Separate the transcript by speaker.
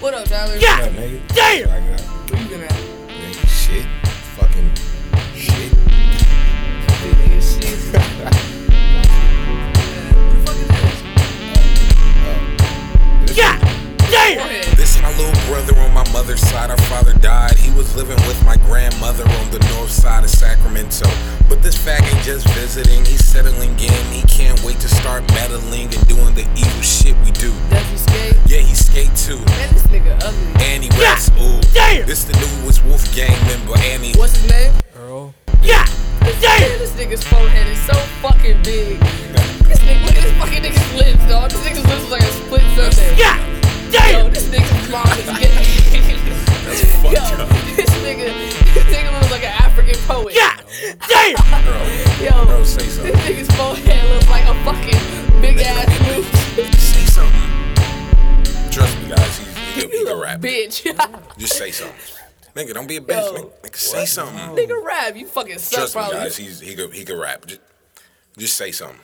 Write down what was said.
Speaker 1: What up, Tyler?
Speaker 2: Yeah.
Speaker 3: What up, nigga?
Speaker 2: Damn!
Speaker 3: Like that.
Speaker 1: What you been at?
Speaker 3: Nigga, shit. Fucking shit.
Speaker 1: Nigga, shit. Who the fuck is this?
Speaker 3: This-
Speaker 2: God
Speaker 1: Go
Speaker 2: damn!
Speaker 1: ahead.
Speaker 4: This my little brother on my mother's side. Our father died. He was living with my grandmother on the north side of Sacramento. But this fag ain't just visiting. He's settling in. He can't wait to start meddling and doing the evil shit we do.
Speaker 1: Does he skate?
Speaker 4: Yeah, he skate too.
Speaker 1: Man, this nigga ugly.
Speaker 4: And he raps. Ooh,
Speaker 2: Damn.
Speaker 4: this the newest Wolfgang member. And he
Speaker 1: What's his name?
Speaker 2: Earl.
Speaker 1: Yeah.
Speaker 2: Damn!
Speaker 1: This nigga's forehead is so fucking big. This nigga, look at this fucking nigga's lips, dog. This nigga's lips like a split Sunday.
Speaker 2: God
Speaker 1: Yo,
Speaker 2: damn!
Speaker 1: this nigga's mom is gay.
Speaker 4: that's fucked
Speaker 1: Yo,
Speaker 4: up.
Speaker 1: this nigga, this nigga looks like an African poet.
Speaker 2: God damn!
Speaker 4: Bro,
Speaker 1: Yo,
Speaker 4: bro,
Speaker 1: this
Speaker 4: say something.
Speaker 1: nigga's forehead looks like a fucking big ass moose.
Speaker 4: Say something. Trust me, guys. He's, he's, a, he's a rapper.
Speaker 1: Bitch.
Speaker 4: Just say something. Nigga, don't be a bitch.
Speaker 1: Yo.
Speaker 4: Nigga, nigga, say something.
Speaker 1: nigga rap, you fucking suck
Speaker 4: Trust me,
Speaker 1: probably.
Speaker 4: guys. He's he could he could rap. Just, just say something.